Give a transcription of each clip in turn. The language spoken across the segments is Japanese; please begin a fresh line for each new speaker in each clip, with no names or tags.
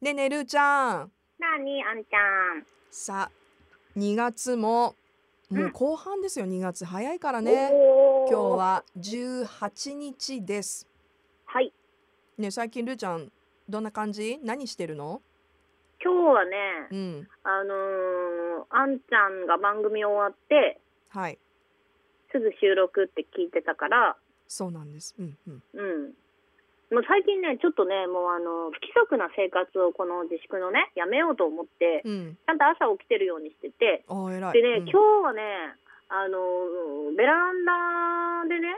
ねえねるーちゃん
なにあんちゃん。
さあ2月ももううん後半ですよ2月早いからね
おー
今日。は18日です
はい。
ねえ最近るーちゃんどんな感じ何してるの
今日はね、
うん
あのー、あんちゃんが番組終わって、
はい
すぐ収録って聞いてたから、
そうなんですうんうん
うん。もう最近ね、ちょっとね、もうあの、不規則な生活をこの自粛のね、やめようと思って、
うん
ちゃんと朝起きてるようにしてて、
あー偉い
でね、
うん
今日はね、あのー、ベランダでね、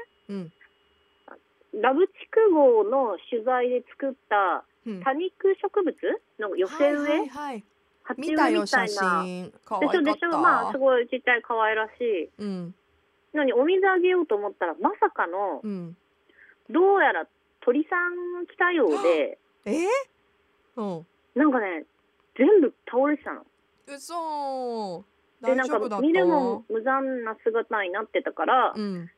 うん
ラブ筑号の取材で作った
うん
多肉植物の寄せ植
はい
え、
はいはい
鉢植え
見
みた
た
いな
よ写真可
で
愛
し
か
ょ
っ
でしたょまあすごいちっちゃい可愛らしい
うん
のにお水あげようと思ったらまさかの
うん
どうやら鳥さん来たようで
えーうん
なんかね全部倒れてたの
嘘
で
大
なん
丈
か
夫だった
見るも無残な姿になってたから、
うん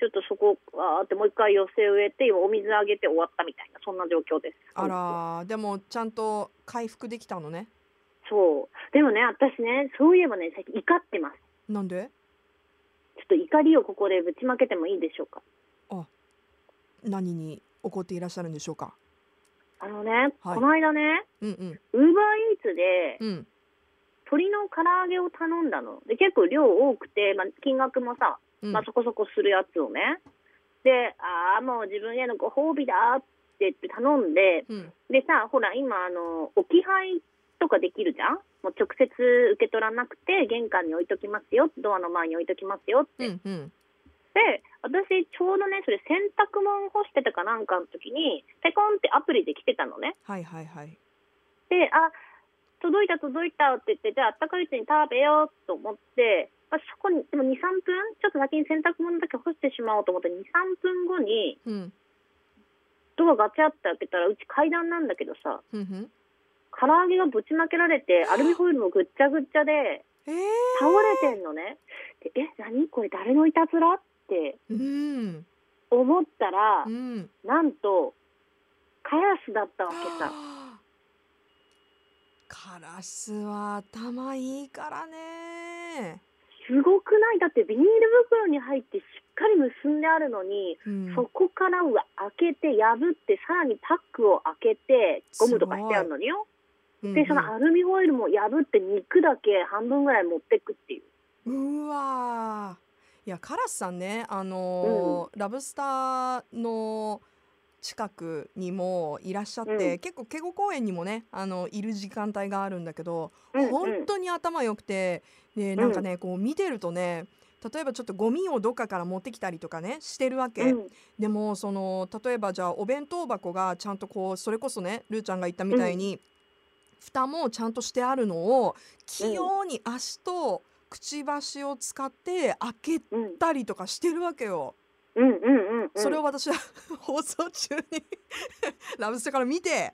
ちょっとそこあーってもう一回寄せ植えて今お水あげて終わったみたいなそんな状況です
あらーでもちゃんと回復できたのね
そうでもね私ねそういえばね最近怒ってます
なんで
ちょっと怒りをここでぶちまけてもいいでしょうか
何に怒っていらっしゃるんでしょうか
あのね、
はい
この間ね
うんうん
ウーバーイーツで、
うん
鶏の唐揚げを頼んだので結構量多くて、まあ、金額もさ、
うん
まあ、そこそこするやつをねでああもう自分へのご褒美だって言って頼んで
うん
でさほら今あの置き配とかできるじゃんもう直接受け取らなくて玄関に置いときますよドアの前に置いときますよって、
うんうん
で私ちょうどねそれ洗濯物干してたかなんかの時にペコンってアプリで来てたのね
はいはいはい
で、あ届いた、届いたって言って、じゃあ、あったかいうちに食べようと思って、まあ、そこに、でも2、3分、ちょっと先に洗濯物だけ干してしまおうと思って、2、3分後に、
うん
ドアガチャって開けたら、うち階段なんだけどさ、
うんうん
唐揚げがぶちまけられて、アルミホイルもぐっちゃぐっちゃで、
え
倒れてんのね。でえ、何これ、誰のいたずらって
ー、うん
思ったら
う、ん
なんと、カラスだったわけさ。
カラスは頭いいからね
すごくないだってビニール袋に入ってしっかり結んであるのに、
うん
そこからは開けて破ってさらにパックを開けてゴムとかしてあるのによ
うん
でそのアルミホイルも破って肉だけ半分ぐらい持ってくっていう
うんうわーいやカラスさんねあのーラブスターの近くにもいらっしゃって、
う
結構敬語公園にもねあのいる時間帯があるんだけど、
うんうん
本当に頭良くてでなんかね、こう見てるとね例えばちょっとゴミをどっかから持ってきたりとかねしてるわけ、
うん
でもその例えばじゃあお弁当箱がちゃんとこうそれこそねルーちゃんが言ったみたいに、蓋もちゃんとしてあるのを器用に足とくちばしを使って開け
うん
たりとかしてるわけよ。
うんうんうん
それを私は 放送中に ラブステから見て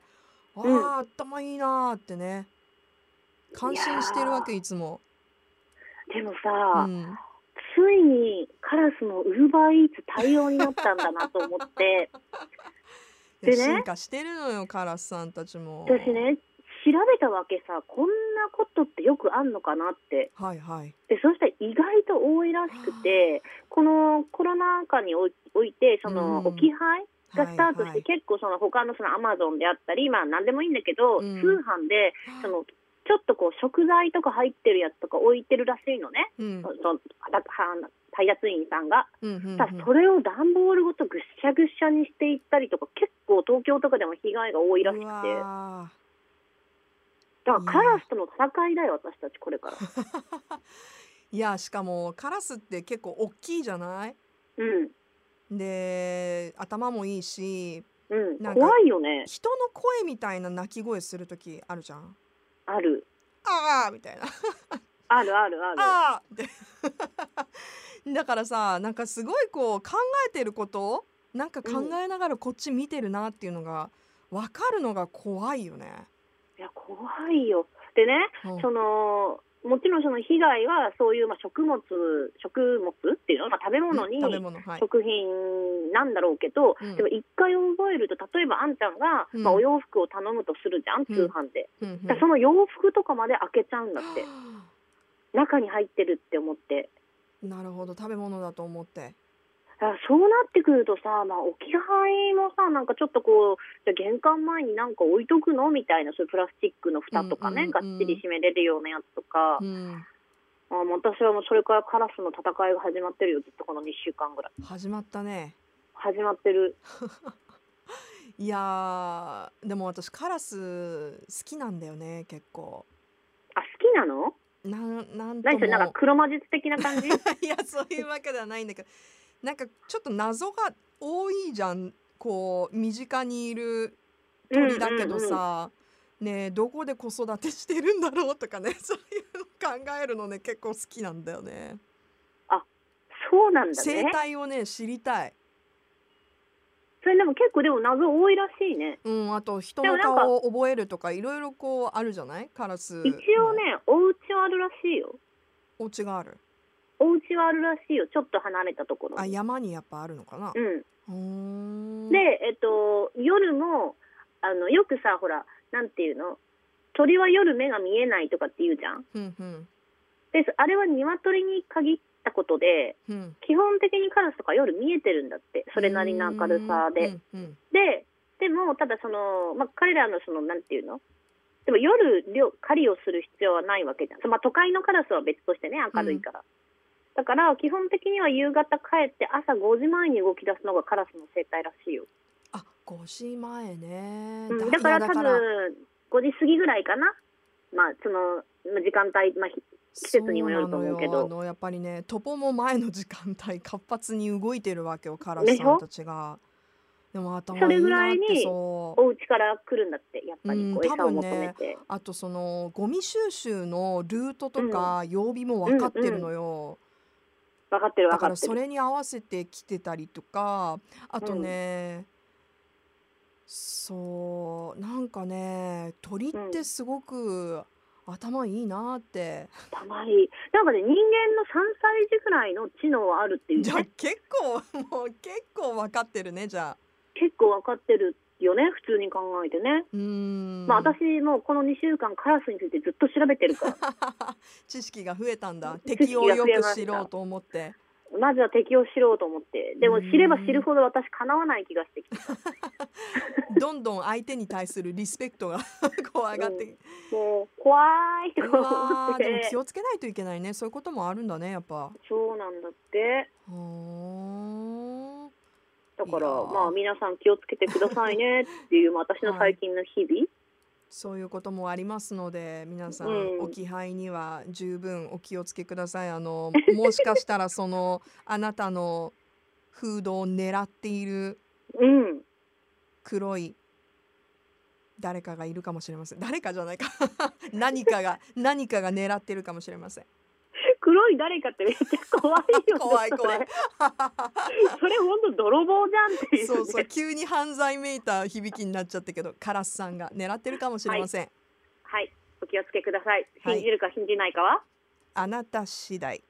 あ
うん
あ頭いいなーってね感心してるわけいつも。
でも
う
さ、
ん、
ついにカラスもウーバーイーツ対応になったんだなと思って
いや
でね
進化してるのよカラスさんたちも。
私ね調べたわけさこんなことってよくあんのかなって
はいはい。
でそしたら意外と多いらしくてこのコロナ禍においおいてその
うん
置き配がスタート
はいは
して
い
結構その他のそのアマゾンであったりまあ何でもいいんだけど、
うん
通販でそのちょっとこう食材とか入ってるやつとか置いてるらしいのね、
うん
そのはは配達員さんが、
うんうんうん
ただそれを段ボールごとぐっしゃぐっしゃにしていったりとか結構東京とかでも被害が多いらしくて
うわ
だか
ー
らカラスとの戦いだよ私たちこれから。
いやしかもカラスって結構大きいじゃない
うん
で頭もいいし
うん、
なんか
怖いよね
人の声みたいな鳴き声する時あるじゃん
ある
ああみたいな
あるあるある。
ああって だからさなんかすごいこう考えてることなんか考えながらこっち見てるなっていうのが分かるのが怖いよね。
いや怖いよでね
うん
そのもちろんその被害はそういうまあ食物食物っていうのは、まあ、食べ物に
食べ物はい
食品なんだろうけど、
うん
でも一回覚えると例えばあんちゃんが、
うん
まあ、お洋服を頼むとするじゃん、
うん
通販で、
うんうん
だからその洋服とかまで開けちゃうんだって中に入ってるって思って
なるほど食べ物だと思って
だからそうなってくるとさ、まあ、置き配もさなんかちょっとこうじゃあ玄関前になんか置いとくのみたいなそういうプラスチックの蓋とかね、
うんうんうん
がっちり閉めれるようなやつとか、
うん
あもう私はもうそれからカラスの戦いが始まってるよずっとこの2週間ぐらい
始まったね
始まってる
いやーでも私カラス好きなんだよね結構
あ好きなの
なんなんと
何
も
それなんか黒魔術的な 感じ
いやそういうわけではないんだけどなんかちょっと謎が多いじゃんこう身近にいる鳥だけど
うんうんうん
さ、ねえどこで子育てしてるんだろうとかね そういうの考えるのね結構好きなんだよね
そうなんだ
生
ね
態をね知りたい、
それでも結構でも謎多いらしいね
うん、あと人
で
の
もなんか
顔を覚えるとかいろいろこうあるじゃないカラス
一応ねお家はあるらしいよ
お家がある
お家はあるらしいよちょっと離れたところ
あ
に
山にやっぱあるのかな
うん
うーん
でえっと夜もあのよくさほらなんていうの鳥は夜目が見えないとかって言うじゃん
うんうん
であれは鶏に限ったことで
うん
基本的にカラスとか夜見えてるんだってそれなりの明るさで、
うんうん
ででもただその、まあ、彼らのそのなんていうのでも夜猟狩りをする必要はないわけじゃん、まあ、都会のカラスは別としてね明るいから、だから基本的には夕方帰って朝5時前に動き出すのがカラスの生態らしいよ、
あ5時前ね、
うん
い
だから
や
多分5時過ぎぐらいかなまあそのまあ時間帯、まあ、ひ季節にもよると思うけど
そうなのよあのやっぱりねトポも前の時間帯活発に動いてるわけよカラスさんたちがでも頭
それ
いい
ぐ
な
ら
っ
いに
てそう
お家から来るんだってやっぱりこう
うん
餌を
多分
求
ね
めて、
あとそのゴミ収集のルートとか曜日も分かってるのよ、
分かってる
だか
分からって
そ
る
れに合わせて来てたりとかあとね、そうなんかね鳥ってすごく頭いいなっ て、
たまになんかね人間の3歳児ぐらいの知能はあるっていうね
じゃあ結構もう結構分かってるねじゃあ
結構わかってるよね普通に考えてね、
うーん
まあ私もうこの2週間カラスについてずっと調べてる から
知識が増えたんだ
知識が
敵をよ
増えま
く
した
知ろうと思って
まずは敵を知ろうと思ってでも知れば知るほど私かなわない気がして きて
どんどん相手に対するリスペクトが こう上がって
もう怖いって
う
思
わ
っ
ーでも
て
気をつけないといけないねそういうこともあるんだねやっぱ
そうなんだって
ほーん
だか
いや
ら
ー
まあ皆さん気をつけてくださいねっていうまあ私の最近の日々、
そういうこともありますので皆さん、
うん
置き配には十分お気をつけくださいあのもしかしたらそのあなたのフードを狙っている
うん
黒い誰かがいるかもしれません誰かじゃないか 何かが何かが狙ってるかもしれません
黒い誰かってめっちゃ怖いよね
怖い怖い
それそれ本当泥棒じゃん っていう、ね、
そうそう急に犯罪めいた響きになっちゃったけどカラスさんが狙ってるかもしれません、
はいお気をつけください
はい
信じるか信じないかは、
あなた次第